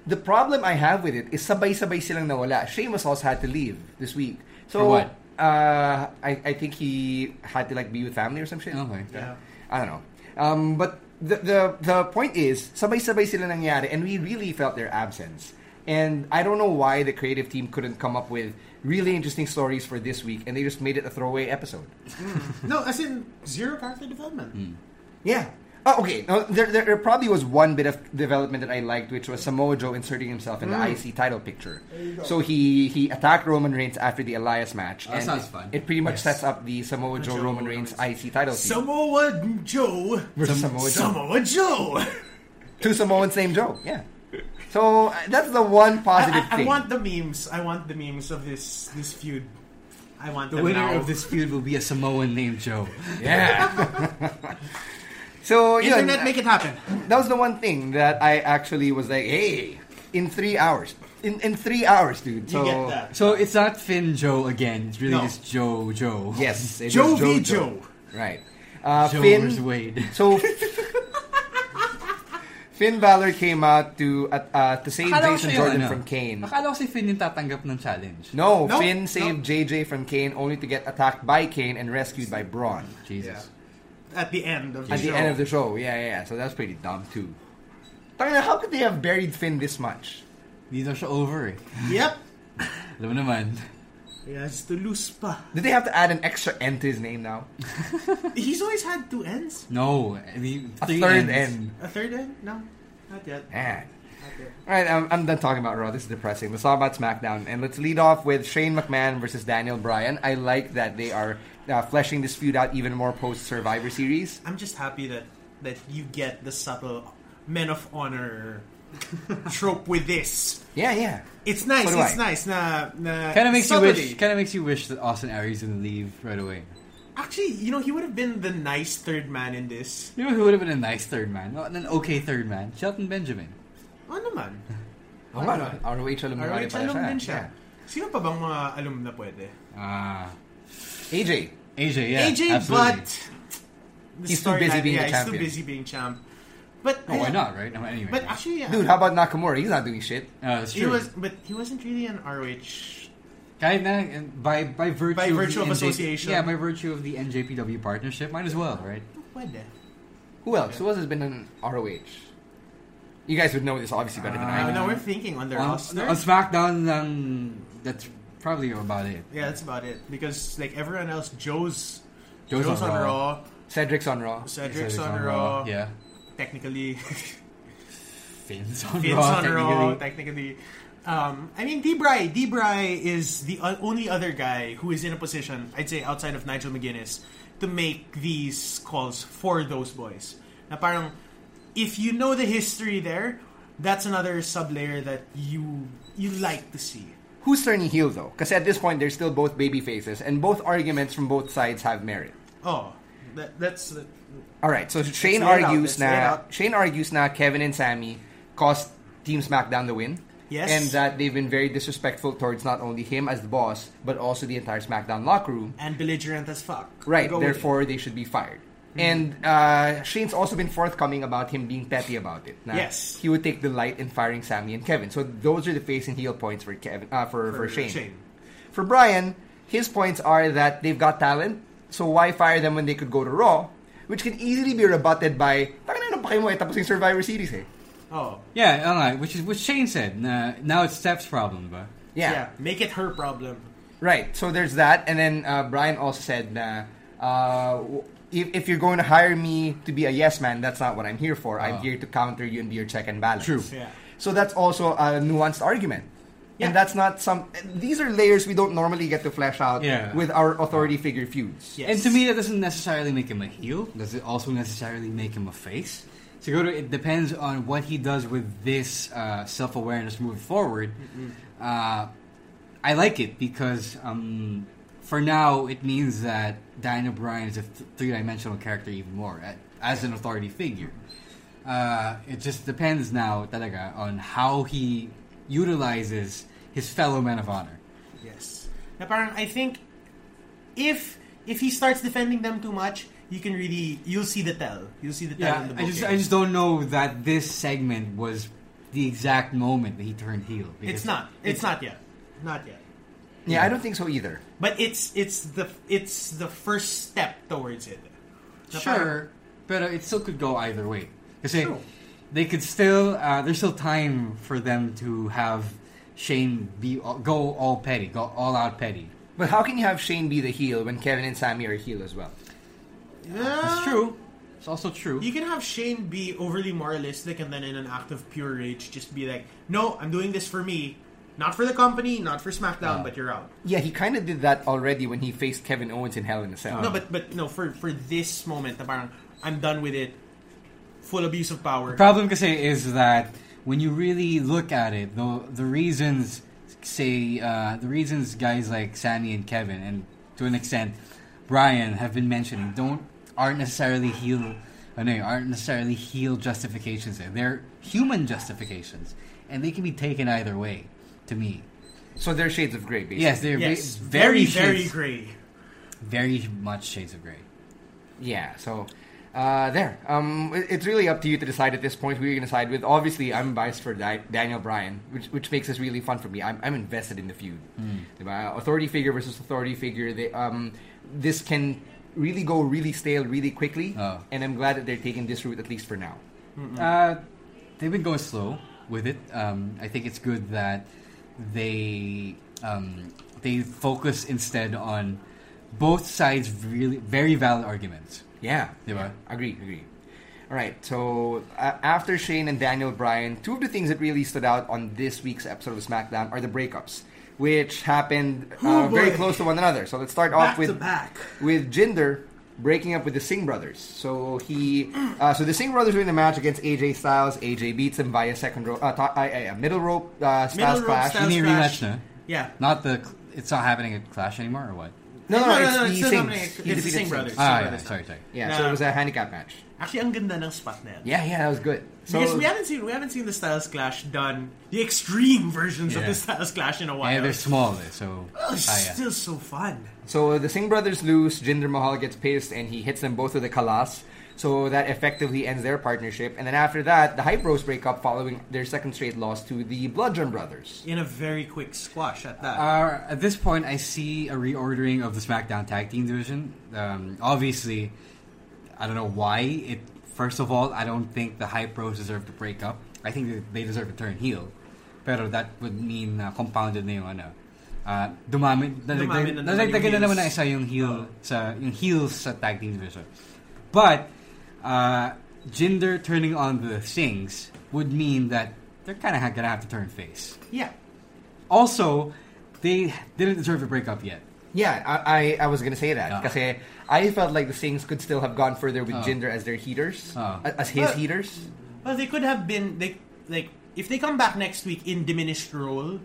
The problem I have with it is sabay-sabay silang nawala. Sheamus also had to leave this week. So,
For what?
Uh, I, I think he had to like be with family or some shit.
Okay.
Yeah.
I don't know. Um, but the, the the point is, sabay-sabay sila nangyari and we really felt their absence. And I don't know why the creative team couldn't come up with really interesting stories for this week and they just made it a throwaway episode.
No, as in zero character development.
Hmm. Yeah. Oh, okay. Uh, there, there, there probably was one bit of development that I liked, which was Samoa Joe inserting himself in
Mm.
the IC title picture. So he, he attacked Roman Reigns after the Elias match.
Oh, That sounds fun.
It, pretty much sets up the Samoa Joe,
Joe,
Roman Reigns IC title feud
Samoa Joe.
versus Samoa Joe.
Samoa
(laughs)
Joe.
Two Samoans named Joe. Yeah. So uh, that's the one positive
I, I
thing.
want the memes. I want the memes of this this feud. I want
The
them
winner
now.
of this feud will be a Samoan named Joe.
so yeah,
Internet, make it happen.
that was the one thing that I actually was like, hey, in three hours, in in three hours, dude. So
you get that.
(laughs) So it's not Finn Joe again. It's really
No.
just Joe Joe.
yes, it
Joe
was
v.
Joe.
Joe.
Right. Uh,
Joe
Finn.
versus Wade.
(laughs) So Finn Balor came out to uh, uh, to save Jason
Akala ko siya yung
Jordan
ano.
from Kane.
Akala ko si Finn yung tatanggap ng challenge.
No,
No,
Finn
no.
saved JJ from Kane only to get attacked by Kane and rescued by Braun
Jesus.
At the end of
at
the
the
show.
end of the show. Yeah, yeah. yeah. So that's pretty dumb too. Tangina, how could they have buried Finn this much?
Hindi daw siya over eh.
Yep.
Alam mo naman.
He has to lose pa.
Did they have to add an extra N to his name now?
He's always had two ends.
No. The,
A
three
third
ends.
N.
A third end? No, not yet.
Man.
Not yet.
All right, I'm, I'm done talking about Raw. This is depressing. Let's talk about SmackDown, and let's lead off with Shane McMahon versus Daniel Bryan. I like that they are uh, fleshing this feud out even more post Survivor Series.
I'm just happy that that you get the subtle men of honor
(laughs)
trope with this.
Yeah, yeah.
It's nice.
So do
it's
I.
nice. Na, na
Kind of makes you
subtly.
wish. Kind of makes you wish that Austin Aries didn't leave right away.
Actually, you know, he would have been the nice third man in this.
You know who would have been a nice third man, not an okay third man. Shelton Benjamin.
Ano naman?
Oh, ano? ROH alumni
Alright,
pala
alum
siya.
din siya. Sino pa bang mga alum na pwede?
Ah.
Yeah. AJ.
AJ. Yeah.
AJ,
absolutely.
but... the
He's too busy
storyline-
being the
yeah, he's too
champion.
busy being champ. But...
Oh, why not? Right. No, anyway.
But actually, yeah,
Dude, how about Nakamura? He's not doing shit.
Uh, it's
he
true.
was... But he wasn't really an ROH...
Kahit na, and by by virtue
By
of,
virtue
the
of
NJ
association.
Yeah, by virtue of the NJPW partnership, might as well, right?
Pwede.
Who else? Who else has been in ROH? You guys would know this obviously better than I
Uh,
do.
now we're thinking on the
On,
roster.
on SmackDown, um, that's probably about it.
yeah, that's about it. Because, like, everyone else, Joe's...
Joe's
on
on Raw.
Raw.
Cedric's on Raw.
Cedric's
Cedric's
on Raw.
Yeah.
Technically... (laughs)
Finn's on
Vince
Raw.
on Raw, technically.
technically.
Um, I mean, Debray, Debray is the o- only other guy who is in a position, I'd say, outside of Nigel McGuinness, to make these calls for those boys. Na parang, if you know the history there, that's another sub layer that you you like to see.
Who's turning heel though? Because at this point they're still both baby faces, and both arguments from both sides have merit.
Oh, that, that's the-
All right, so Shane
lay it out.
argues
Let's lay it
now.
out.
Shane argues now. Kevin and Sammy cost Team SmackDown the win.
Yes.
and that they've been very disrespectful towards not only him as the boss, but also the entire SmackDown locker room.
and belligerent as fuck.
Right,
Go with it. Mm-hmm.
therefore they should be fired. And uh, Shane's also been forthcoming about him being petty about it. Now,
Yes.
he would take delight in firing Sammy and Kevin. So those are the face and heel points for Kevin uh, for, for,
For
Shane.
Shane.
For Brian, his points are that they've got talent, so why fire them when they could go to Raw, which can easily be rebutted by "Tangina na pa kayo mo eh, tapos yung Survivor Series eh."
Oh,
Yeah, all right, which is what Shane said. Na, now it's Steph's problem, but
yeah.
Yeah.
Make it her problem.
Right. So there's that, and then uh, Brian also said, na, uh, w- if, "If you're going to hire me to be a yes man, that's not what I'm here for. I'm here to counter you and be your check and balance."
True.
Yeah.
So that's also a nuanced argument.
Yeah.
And that's not some. These are layers we don't normally get to flesh out
Yeah.
with our authority figure feuds.
Yeah.
And to me, that doesn't necessarily make him a heel. Does it also necessarily make him a face? So go to it depends on what he does with this uh, self awareness moving forward. Uh, I like it because um, for now it means that Diana Bryan is a th- three dimensional character even more a- as an authority figure. Uh, it just depends now, talaga, on how he utilizes his fellow men of honor.
Yes. Na parang I think if if he starts defending them too much, you can really you'll see the tell. You'll see the tell in
Yeah,
the
I
booking.
just I just don't know that this segment was the exact moment that he turned heel. because-
it's not. It's, not yet. Not yet.
Yeah, I don't think so either.
But it's it's the it's the first step towards it. Na parang-
sure, but uh, it still could go either way. Because
True.
they could still uh, there's still time for them to have Shane be all, go all petty, go all out petty.
But how can you have Shane be the heel when Kevin and Sammy are heel as well?
It's
Yeah.
true. It's also true.
Uh, You can have Shane be overly moralistic and then in an act of pure rage just be like, "No, I'm doing this for me, not for the company, not for SmackDown, but you're out."
Yeah, he kind of did that already when he faced Kevin Owens in Hell in a Cell.
No, but but no, for for this moment, na parang I'm done with it. Full abuse of power.
problem kasi is that when you really look at it, the the reasons say uh, the reasons guys like Sammy and Kevin and to an extent Brian have been mentioning don't aren't necessarily heel ano yun, aren't necessarily heel justifications. eh. They're human justifications, and they can be taken either way. To me,
so they're shades of gray, basically.
yes, they're ve-
yes,
very
very very,
shades-
gray.
very much shades of gray.
Yeah, so uh, there. Um, it- it's really up to you to decide at this point who you're going to side with. Obviously, I'm biased for Di- Daniel Bryan, which, which makes this really fun for me. I'm, I'm invested in the feud. Diba? Authority figure versus authority figure. They, um, this can really go really stale really quickly,
Oh.
and I'm glad that they're taking this route at least for now.
Uh, they've been going slow with it. Um, I think it's good that they um, they focus instead on both sides really very valid arguments.
Yeah.
Diba?
Agree, agree. All right, so uh, after Shane and Daniel Bryan, two of the things that really stood out on this week's episode of SmackDown are the breakups, which happened uh,
Oh,
very
boy.
close to one another. So let's start
Back
off with
to back.
with Jinder breaking up with the Singh brothers. So he, uh, so the Singh brothers win the match against AJ Styles. AJ beats him via second rope, uh, to- uh, uh, middle rope uh, Styles
Middle rope
clash.
Styles
Any
Clash.
rematch na?
Yeah.
Not the. It's not happening at Clash anymore, or what?
No, no, no, it's,
it's
the
still
Singh.
happening.
He
It's the
defeated
Singh
Singh.
brothers.
Ah,
Singh
yeah.
brothers.
Sorry, sorry.
Yeah,
No.
so it was a handicap match.
Actually, ang ganda ng spot na yan.
Yeah, yeah, that was good. So,
because we haven't seen we haven't seen the Styles Clash done the extreme versions of
Yeah.
the Styles Clash in a while.
Yeah, they're small, eh, so
Oh, it's
Ah, yeah.
still so fun.
So the Singh brothers lose. Jinder Mahal gets pissed and he hits them both with a kalas. So that effectively ends their partnership. And then after that, the Hype Bros break up following their second straight loss to the Bludgeon Brothers.
In a very quick squash at that.
Are- Uh, at this point, I see a reordering of the SmackDown Tag Team Division. Um, obviously, I don't know why. It first of all, I don't think the Hype Bros deserve to break up. I think that they deserve to turn heel. Pero that would mean uh, compounded na yung ano. Uh, dumami,
Dumami na
nadagdag,
naman
nadagdagan na
yung
naman na
heels.
isa yung heel sa yung heels sa tag team division. But uh, Jinder turning on the Sings would mean that they're kind of gonna have to turn face.
yeah.
Also, they didn't deserve to break up yet.
Yeah, I, I, I was going to say that.
Yeah.
Because I felt like the Singhs could still have gone further with Jinder as their heaters,
Oh.
a- as his
But-
heaters.
Well, they could have been they like if they come back next week in diminished role,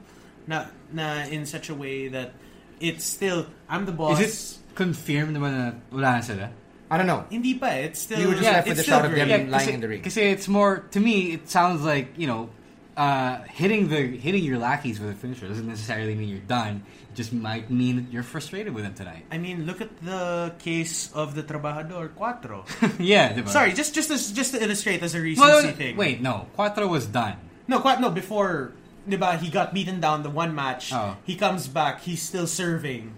na na in such a way that it's still I'm the boss.
Is it confirmed naman na wala na sila?
I don't know.
Hindi pa. eh. It's still
We were just
yeah,
left with
it's
the
still
shot of
great.
them lying
Yeah,
kasi,
in the ring.
Kasi it's more to me. It sounds like you know, uh, hitting the hitting your lackeys with a finisher doesn't necessarily mean you're done. It just might mean that you're frustrated with them tonight. (laughs)
I mean, look at the case of the Trabajador Cuatro.
(laughs) yeah, diba?
Sorry, just just as, just to illustrate as a recency
Well, no, no,
thing.
Wait, no. Cuatro was done.
no, quite no. Before, diba, he got beaten down the one match.
Oh.
He comes back. He's still serving.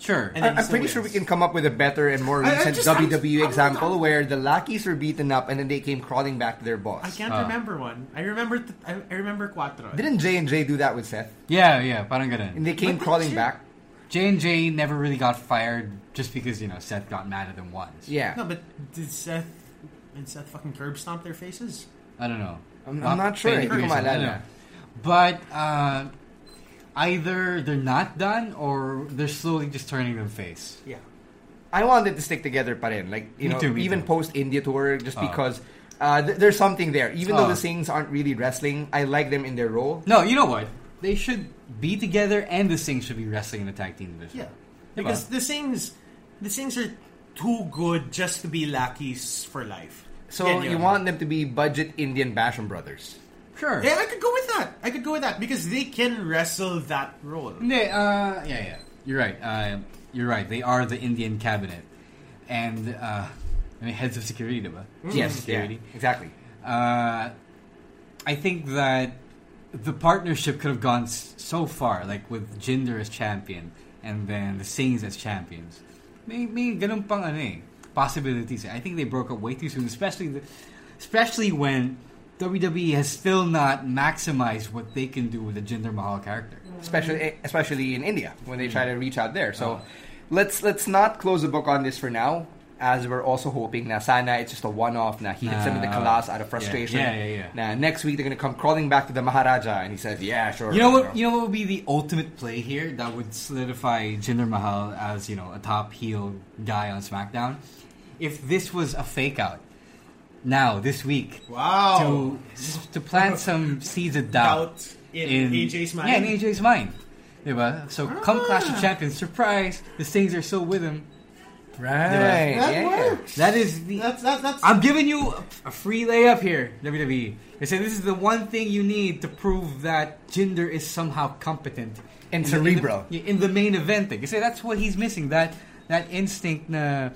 Sure.
And
I-
then-
I'm
so
pretty
yes.
sure we can come up with a better and more
I- I
recent
just- I'm-
WWE
I'm
example
not-
where the lackeys were beaten up and then they came crawling back to their boss.
I
Ah.
can't remember one. I remember. Th- I, I remember Cuatro.
Didn't J and J do that with Seth?
yeah, yeah. Parang
And
ganun.
they came
But-
crawling
sure.
back.
J and J never really got fired just because you know Seth got mad at them once.
Yeah.
No, but did Seth and Seth fucking curb stomp their faces?
I don't know.
I'm- I'm not sure.
paying
Hindi ko
attention.
maalala.
I don't know. But uh, either they're not done or they're slowly just turning them face.
Yeah.
I want it to stick together, pa rin. Like you
Me
know,
too, me
even
too. Ah.
post India tour, just because uh, th- there's something there. Even though
Oh.
the Sings aren't really wrestling, I like them in their role.
No, you know what? They should be together, and the Singh should be wrestling in the tag team division.
Yeah. Because the things the things are too good just to be lackeys for life.
So
Yan
you
yun.
want them to be budget Indian Basham brothers.
sure.
Yeah, I could go with that. I could go with that because they can wrestle that role.
They, uh, yeah, yeah. You're right. Uh, you're right. They are the Indian cabinet, and uh, I mean, heads of security, diba?
Mm-hmm.
Yes, yeah,
security.
exactly.
Uh, I think that the partnership could have gone s- so far, like with Jinder as champion, and then the Sings as champions. May may ganun pang ano eh, possibilities. eh. I think they broke up way too soon, especially the, especially when WWE has still not maximized what they can do with the Jinder Mahal character.
especially eh, especially in India when they try to
Mm.
reach out there. So
Ah.
let's let's not close the book on this for now, as we're also hoping na sana it's just a one off. Na he hits him in the
Ah,
kalas out of
yeah.
frustration.
Yeah, yeah, yeah.
Now next week they're gonna come crawling back to the Maharaja and he says, "Yeah, sure."
You know
sure."
what? You know what would be the ultimate play here that would solidify Jinder Mahal as you know a top heel guy on SmackDown. If this was a fake out, now this week,
Wow.
to to
(laughs)
plant some seeds of doubt
Doubt in AJ's mind? Ah.
Yeah, in AJ's mind, diba? So come Clash of Champions, surprise! The Stings are still with him.
right?
That
yeah.
works.
That is the.
That's that, that's
I'm giving you a- a free layup here, WWE. They say this is the one thing you need to prove that Jinder is somehow competent
And
in the-
cerebral.
in the, in the main event. They say that's what he's missing. That that instinct. Na,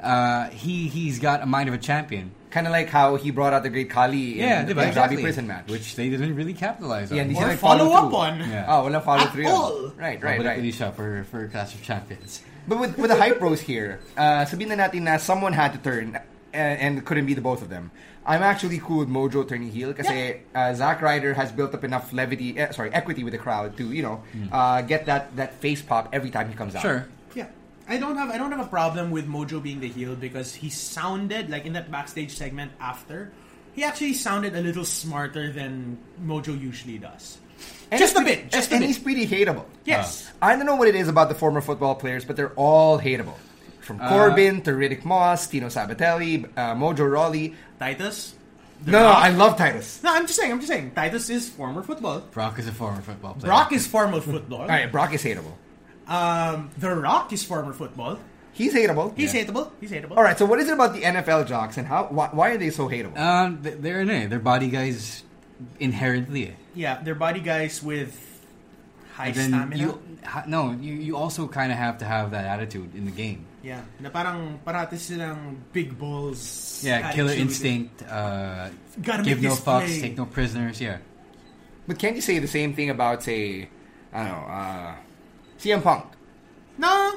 uh, he he's got a mind of a champion.
Kind of like how he brought out the Great Kali in
Yeah,
the
diba?
Punjabi
exactly.
prison match,
which they didn't really capitalize on.
yeah, and
Or
like
follow up
through.
on.
Yeah.
Oh, well, follow
At
through.
all.
Right, right,
Babalik
right.
ulit siya for for Clash of Champions.
But with, with the hype bros here, uh, sabihin na natin na someone had to turn uh, and, and couldn't be the both of them. I'm actually cool with Mojo turning heel kasi uh, Zack Ryder has built up enough levity, eh, sorry, equity with the crowd to, you know,
Hmm.
uh, get that, that face pop every time he comes out.
Sure.
Yeah. I don't have I don't have a problem with Mojo being the heel because he sounded like in that backstage segment after he actually sounded a little smarter than Mojo usually does.
And
just
he's
a
pretty-
bit, just a
and
bit.
he's pretty hateable.
Yes.
I don't know what it is about the former football players, but they're all hateable. From
Uh,
Corbin to Riddick Moss, Tino Sabatelli, uh, Mojo Rawley.
Titus. The
No, no,
Rock-
I love Titus.
No, I'm just saying. I'm just saying. Titus is former football.
Brock is a former football player.
Brock is former football.
All right, Brock is hateable.
Um, the Rock is former football.
He's hateable.
He's hateable. He's hateable.
All right, so what is it about the NFL jocks and how why, why are they so hateable?
Uh,
Um, th- they're in it. They're body guys inherently. eh.
Yeah, they're body guys with high
And then
stamina.
you ha- no, you you also kind of have to have that attitude in the game.
Yeah, na parang parati silang big bulls.
Yeah, killer
attitude.
instinct. Uh,
Gotta
give
make
no
this
fucks,
play.
take no prisoners. Yeah,
but can't you say the same thing about say I don't know, uh, CM Punk?
No,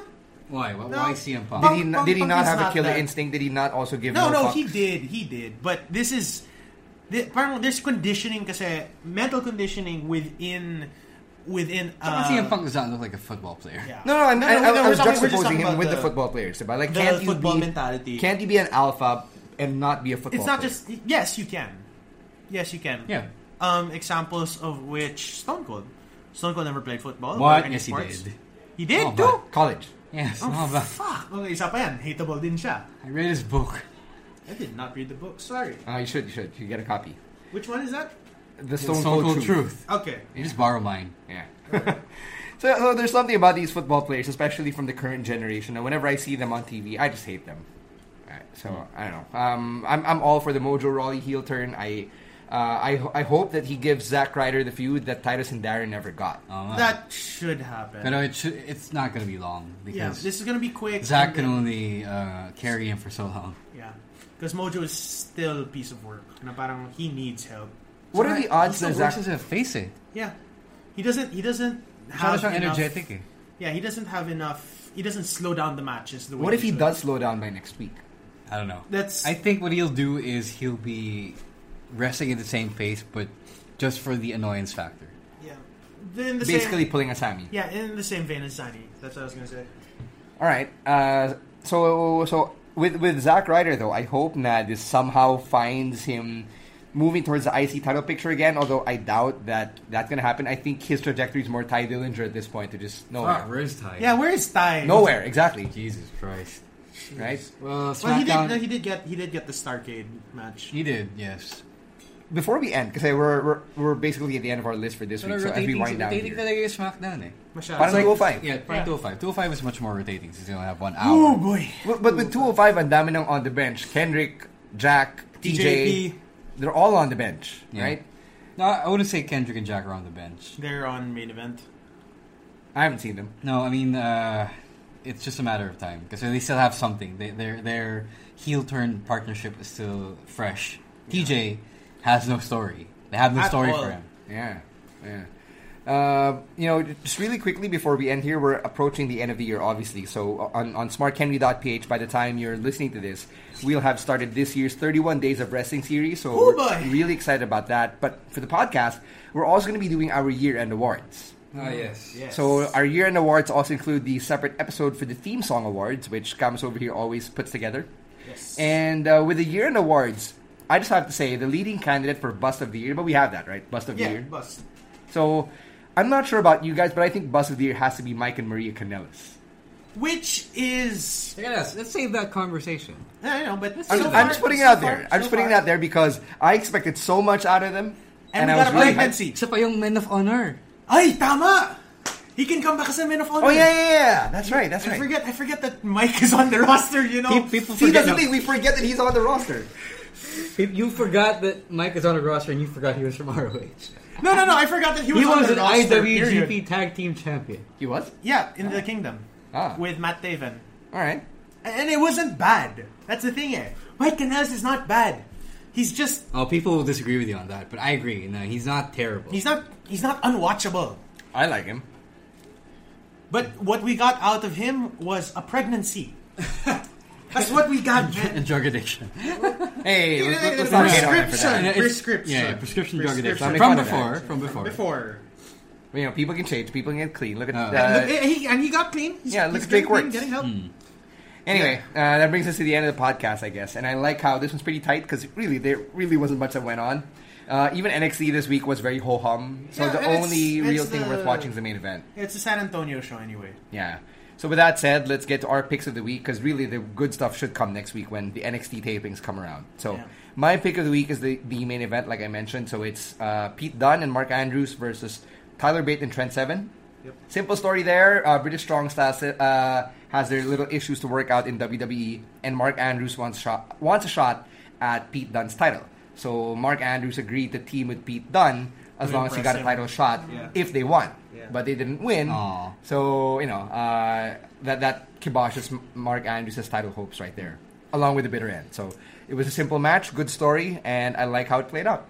why? Why,
No.
why CM Punk?
Did
Punk-
he not, did he
Punk
not
is
have a
not
killer
that.
instinct? Did he not also give
no, no,
fucks?
he did, he did. But this is, the, parang there's conditioning kasi mental conditioning within within. Uh,
CM Punk does not look like a football player.
yeah.
No, no, I'm, I, I,
we're
I was
talking- we're just
juxtaposing
talking
him
about
with the, football players. About like
the
can't you
football
be
mentality.
Can't you be an alpha and not be a football?
It's not
player?
just yes, you can, yes, you can.
Yeah.
Um, examples of which Stone Cold. Stone Cold never played football. or
What?
any
Yes, he
sports.
did.
He did
Oh,
too.
college.
Yes,
Oh,
no, but
fuck. Okay, isa pa yan. Hateable din siya.
I read his book.
I did not read the book. Sorry.
Uh, you should, you should. You get a copy.
Which one is that?
The
Stone,
Stone,
Cold, Truth.
Okay.
You just borrow mine.
Yeah. (laughs) so, so there's something about these football players, especially from the current generation. And whenever I see them on TV, I just hate them. Alright, So I don't know. Um, I'm I'm all for the Mojo Rawley heel turn. I. Uh, I, ho- I hope that he gives Zack Ryder the feud that Titus and Darren never got.
Oh, that,
That should happen.
but it should, it's not going to be long
yeah,
because
this is gonna be quick.
Zach can
and-
only uh, carry him for so long.
Yeah, because Mojo is still a piece of work. Na parang he needs help.
What are the odds
He
that
still works
Zack?
as a face it.
Yeah, he doesn't. He doesn't
How
have enough,
energetic. eh.
Yeah, he doesn't have enough. He doesn't slow down the matches the
What
way.
if he
should.
does slow down by next week?
I don't know.
That's-
I think what he'll do is he'll be wrestling at the same pace, but just for the annoyance factor.
Yeah. Then the
Basically,
Same,
pulling a Sammy.
yeah, in the same vein as Zani. That's what I was gonna say.
All right. Uh, so so with with Zack Ryder though, I hope that this somehow finds him moving towards the IC title picture again. Although I doubt that that's gonna happen. I think his trajectory is more Ty Dillinger at this point to just nowhere,
Fuck, where's Ty?
Yeah, where is Ty?
nowhere exactly.
Jesus Christ.
Right
Well,
Well,
he did.
SmackDown.
no, he did get. He did get the Starcade match.
He did, yes.
before we end, because we're, we're we're basically at the end of our list for this week. So as we wind down,
rotating
here,
talaga yung SmackDown eh.
Masyado.
parang
It's like-
205.
Yeah, oh
Yeah.
parang 205. 205 is much more rotating since you only have one hour.
Oh boy.
But, but with 205 and Daminong on the bench, Kendrick, Jack, TJ,
TJP.
they're all on the bench,
Yeah.
right?
No, I wouldn't say Kendrick and Jack are on the bench.
They're on main event.
I haven't seen them.
No, I mean, uh, it's just a matter of time because they still have something. They, their their heel turn partnership is still fresh. TJ has no story. They have no
At
story
all.
for him.
Yeah, yeah. Uh, you know, just really quickly before we end here, we're approaching the end of the year, obviously. So on, on smartkenry.ph, by the time you're listening to this, we'll have started this year's 31 Days of Wrestling series. So
Oh,
we're
boy.
really excited about that. But for the podcast, we're also going to be doing our year-end awards.
Ah, yes.
Yes.
So our year-end awards also include the separate episode for the theme song awards, which Camus over here always puts together.
Yes.
And uh, with the year-end awards, I just have to say the leading candidate for Bust of the Year, but we have that right, Bust of the
yeah,
Year.
bust.
So I'm not sure about you guys, but I think Bust of the Year has to be Mike and Maria Kanellis.
Which is
Yes, let's save that conversation.
I don't know, but
I'm,
so
I'm
far-
just putting it
so
out
far-
there. I'm
so
just putting it
far-
out there because I expected so much out of them,
And, we
I
got a
was really hyped.
pregnancy.
Isa pa yung Men of Honor.
Ay, tama. He can come back as a man of honor.
Oh yeah, yeah, yeah. That's right. That's
I
right.
forget. I forget that Mike is on the (laughs) roster. You know,
Pe- people
See, that's
forget
the
now.
thing. We forget that he's on the roster.
(laughs) You forgot that Mike is on a roster and you forgot he was from (laughs) ROH.
No, no, no. I forgot that he was,
He
on
was
the
an
roster,
IWGP
period.
Tag Team Champion.
He was.
Yeah, in the Kingdom
Ah.
with Matt Taven,
All right.
and it wasn't bad. That's the thing. Eh, Mike Canales is not bad. He's just
Oh, people will disagree with you on that, but I agree. No, he's not terrible. (laughs)
he's not he's not unwatchable.
I like him.
But what we got out of him was a pregnancy. (laughs) That's what we got, man.
and drug addiction.
Hey, let's, let's, let's not hate on him for that.
Prescription.
Yeah, it's-
Prescription.
Yeah, yeah, prescription drug addiction.
Prescription.
From
Make fun
before,
of
from before.
Before.
You know, people can change. People can get clean. Look at
Uh,
uh,
Look, eh, he, and he got clean. He's,
yeah, look
he's
at
getting
Jake
clean,
Wertz.
getting help.
Hmm.
Anyway, uh, that brings us to the end of the podcast, I guess. And I like how this one's pretty tight because really, there really wasn't much that went on. Uh, even NXT this week was very ho hum. So
Yeah,
the
and it's-
only
it's
real thing
the-
worth watching is the main event.
It's a San Antonio show anyway.
Yeah. So with that said, let's get to our picks of the week because really the good stuff should come next week when the NXT tapings come around. So
Yeah.
my pick of the week is the, the main event, like I mentioned. So it's uh, Pete Dunne and Mark Andrews versus Tyler Bate and Trent Seven.
Yep.
Simple story there. Uh, British Strong Style sa- uh, has their little issues to work out in WWE, and Mark Andrews wants shot wants a shot at Pete Dunne's title. So Mark Andrews agreed to team with Pete Dunne as
To
long as he got
impress
a
him.
title shot
Yeah.
if they won.
Yeah.
But they didn't win.
Aw.
So you know uh, that that kiboshes M- Mark Andrews' title hopes right there, along with the bitter end. So it was a simple match, good story, and I like how it played out.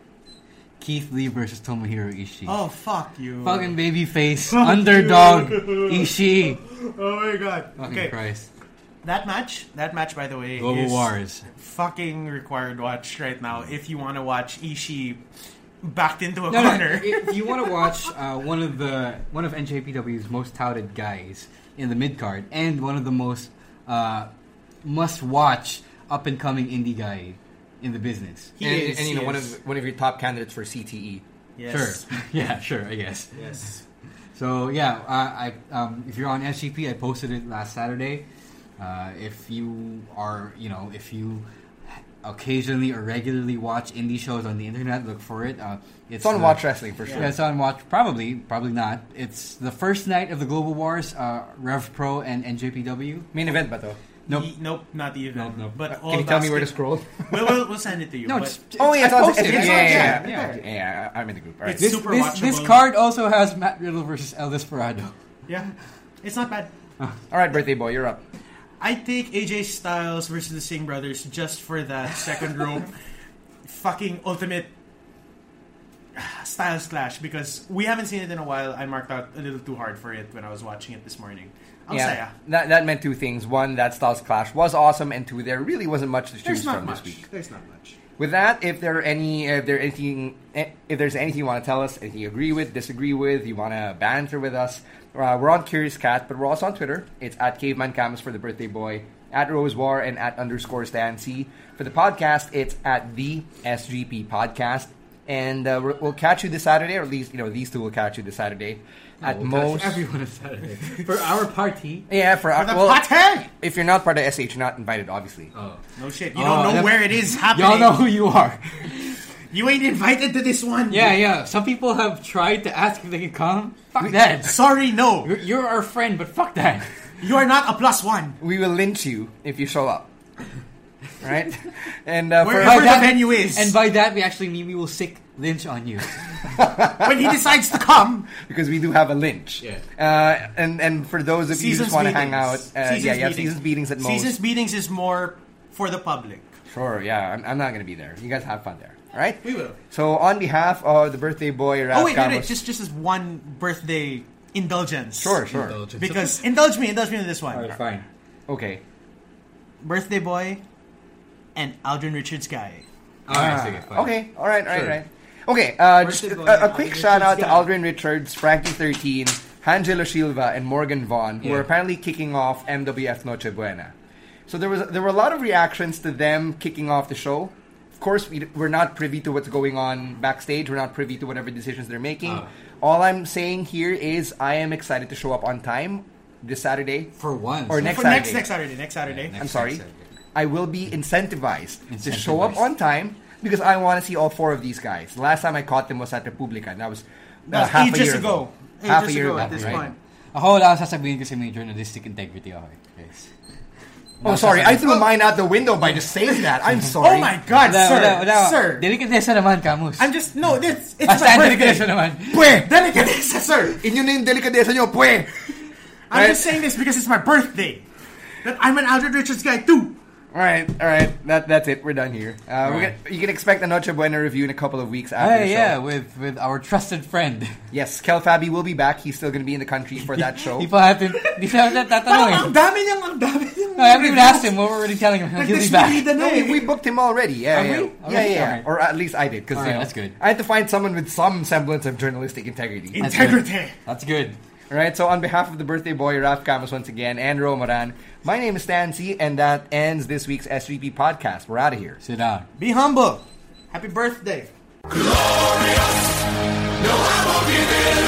Keith Lee versus Tomohiro Ishii.
Oh, fuck you.
Fucking babyface, underdog, (laughs) Ishii.
(laughs) Oh my god.
Fucking
okay.
Christ.
That match, that match, by the way,
Global
is
Wars.
fucking required watch right now if you want to watch Ishii backed into a
No, no,
corner.
if you want to watch uh, one of the one of NJPW's most touted guys in the mid card, and one of the most uh, must watch up and coming indie guy in the business.
He
and,
is,
and, you know
he
one
is.
of one of your top candidates for E. CTE.
yes.
Sure, (laughs) yeah, sure, I guess.
Yes.
So yeah, uh, I um, if you're on SGP, I posted it last Saturday. Uh, if you are, you know, if you occasionally or regularly watch indie shows on the internet, look for it. Uh,
It's on
the-
Watch Wrestling for sure.
Yeah, it's on Watch. Probably, probably not. It's the first night of the Global Wars. Uh, Rev Pro and NJPW.
Main event, but though.
Nope.
Ye- nope, not even.
Nope, nope.
But all
Can you tell me
basket-
where to scroll?
(laughs) We'll, we'll, we'll send it to you.
No,
but
it's,
oh (laughs) yeah, it's
I
on, it's,
posted
yeah,
it.
yeah, yeah,
yeah.
yeah, yeah, I'm in the group. All right.
It's-
This,
Super
this, this
watchable.
card also has Matt Riddle versus El Desperado.
yeah, it's not bad.
All right, birthday boy, you're up.
I take AJ Styles versus the Singh brothers just for
(laughs)
that second rope fucking ultimate Styles clash because we haven't seen it in a while. I marked out a little too hard for it when I was watching it this morning. I'm
yeah, that that meant two things. One, that Styles Clash was awesome, and two, there really wasn't much to choose
There's not
from
much.
this week.
There's not much.
With that, if there are any, if there anything, eh, if there's anything you want to tell us, anything you agree with, disagree with, you want to banter with us, uh, we're on Curious Cat, but we're also on Twitter. It's at Caveman Camus for the birthday boy, at Rose War and at underscore Stan C. For the podcast, it's at the SGP Podcast. And uh, we're- we'll catch you this Saturday, or at least, you know, these two will catch you this Saturday. at
We'll catch
most.
everyone on Saturday for our party.
Yeah, for,
For the
well,
party!
If you're not part of SH, you're not invited, obviously.
No shit. You
Oh,
don't know
that-
where it is happening.
Y'all know who you are.
You ain't invited to this one.
Yeah, yeah. Some people have tried to ask if they can come. Fuck that.
Sorry, no.
You're, you're our friend, but fuck that.
You are not a plus one.
We will lynch you if you show up. Right? And uh, for,
Wherever the venue is.
and by that we actually mean we will sick lynch on you.
When he decides to come,
because we do have a lynch.
Yeah.
Uh, and and for those of you who
seasons
just want to
meetings.
hang out, uh, yeah, you have seasons beatings at most.
Seasons beatings is more for the public.
Sure, yeah, I'm, I'm not going to be there. You guys have fun there, all right?
We will.
So on behalf of the birthday boy, Raf
oh wait, wait, wait,
Camus-
just just this one birthday indulgence.
sure, sure,
Because indulge me, indulge me in this one.
Alright, fine.
okay.
Birthday boy and Aldrin Richards guy.
Alright,
Ah,
sick it, fine.
okay, all right, all right,
Sure.
all right. Okay, uh,
Birthday
just
boy,
a, a
Aldrin
quick shout out to
Richards, yeah.
Aldrin Richards, Frankie Thirteen, Angelo Silva, and Morgan Vaughn, who
Yeah.
are apparently kicking off MWF Noche Buena. So there was there were a lot of reactions to them kicking off the show. Of course, we, d- we're not privy to what's going on backstage. We're not privy to whatever decisions they're making.
Ah.
All I'm saying here is I am excited to show up on time this Saturday.
For once.
Or next
For
Saturday.
next next Saturday, next Saturday.
next-
I'm sorry.
Saturday.
I will be incentivized, to show
Incentivized.
up on time because I want to see all four of these guys. Last time I caught them was at Republica, and that was, uh,
That's
half a
ages
year ago.
ago.
Half a
Ages
year
ago
ago.
at this
right?
point.
Ako wala akong sasabihin kasi may journalistic integrity ako. eh, Guys.
Oh, sorry. I threw mine out the window by just saying that.
(laughs)
I'm sorry.
Oh my god,
Wala,
sir!
wala, wala.
Sir!
Delikatesa naman, Kamus.
I'm just
Hmm.
no, this it's
Basta
my
delikatesa
birthday.
naman.
Pwe!
Delicatessa, sir!
Inyo na yung delikadesa nyo, pwe!
I'm
Right.
just saying this because it's my birthday. That I'm an Aldrin Richards guy too.
Alright, alright. That, that's it. We're done here. Uh, we're
Right.
gonna, you can expect a Noche Buena review in a couple of weeks after the
Hey,
show.
Ah, yeah, with, with our trusted friend.
Yes, Kel Fabi will be back. He's still going to be in the country for
(laughs)
that show.
Di pa (laughs) natin, di pa natin
Parang
tatanungin.
ang dami niyang, ang dami niyang...
eh. No, I haven't even asked him. We're already telling him he'll be back.
Nagdismayida na
No, we,
eh.
we booked him already. Yeah,
Have
yeah, yeah,
we?
yeah,
Already?
yeah.
Alright.
Or at least I did. Because
Alright, that's good.
I had to find someone with some semblance of journalistic integrity.
That's
Integrity.
good. That's good.
All right. So on behalf of the birthday boy Raf Camus once again and Romaran, my name is Stan C, and that ends this week's SVP podcast. We're out of here.
Sit down.
Be humble. Happy birthday.
No, I won't be there.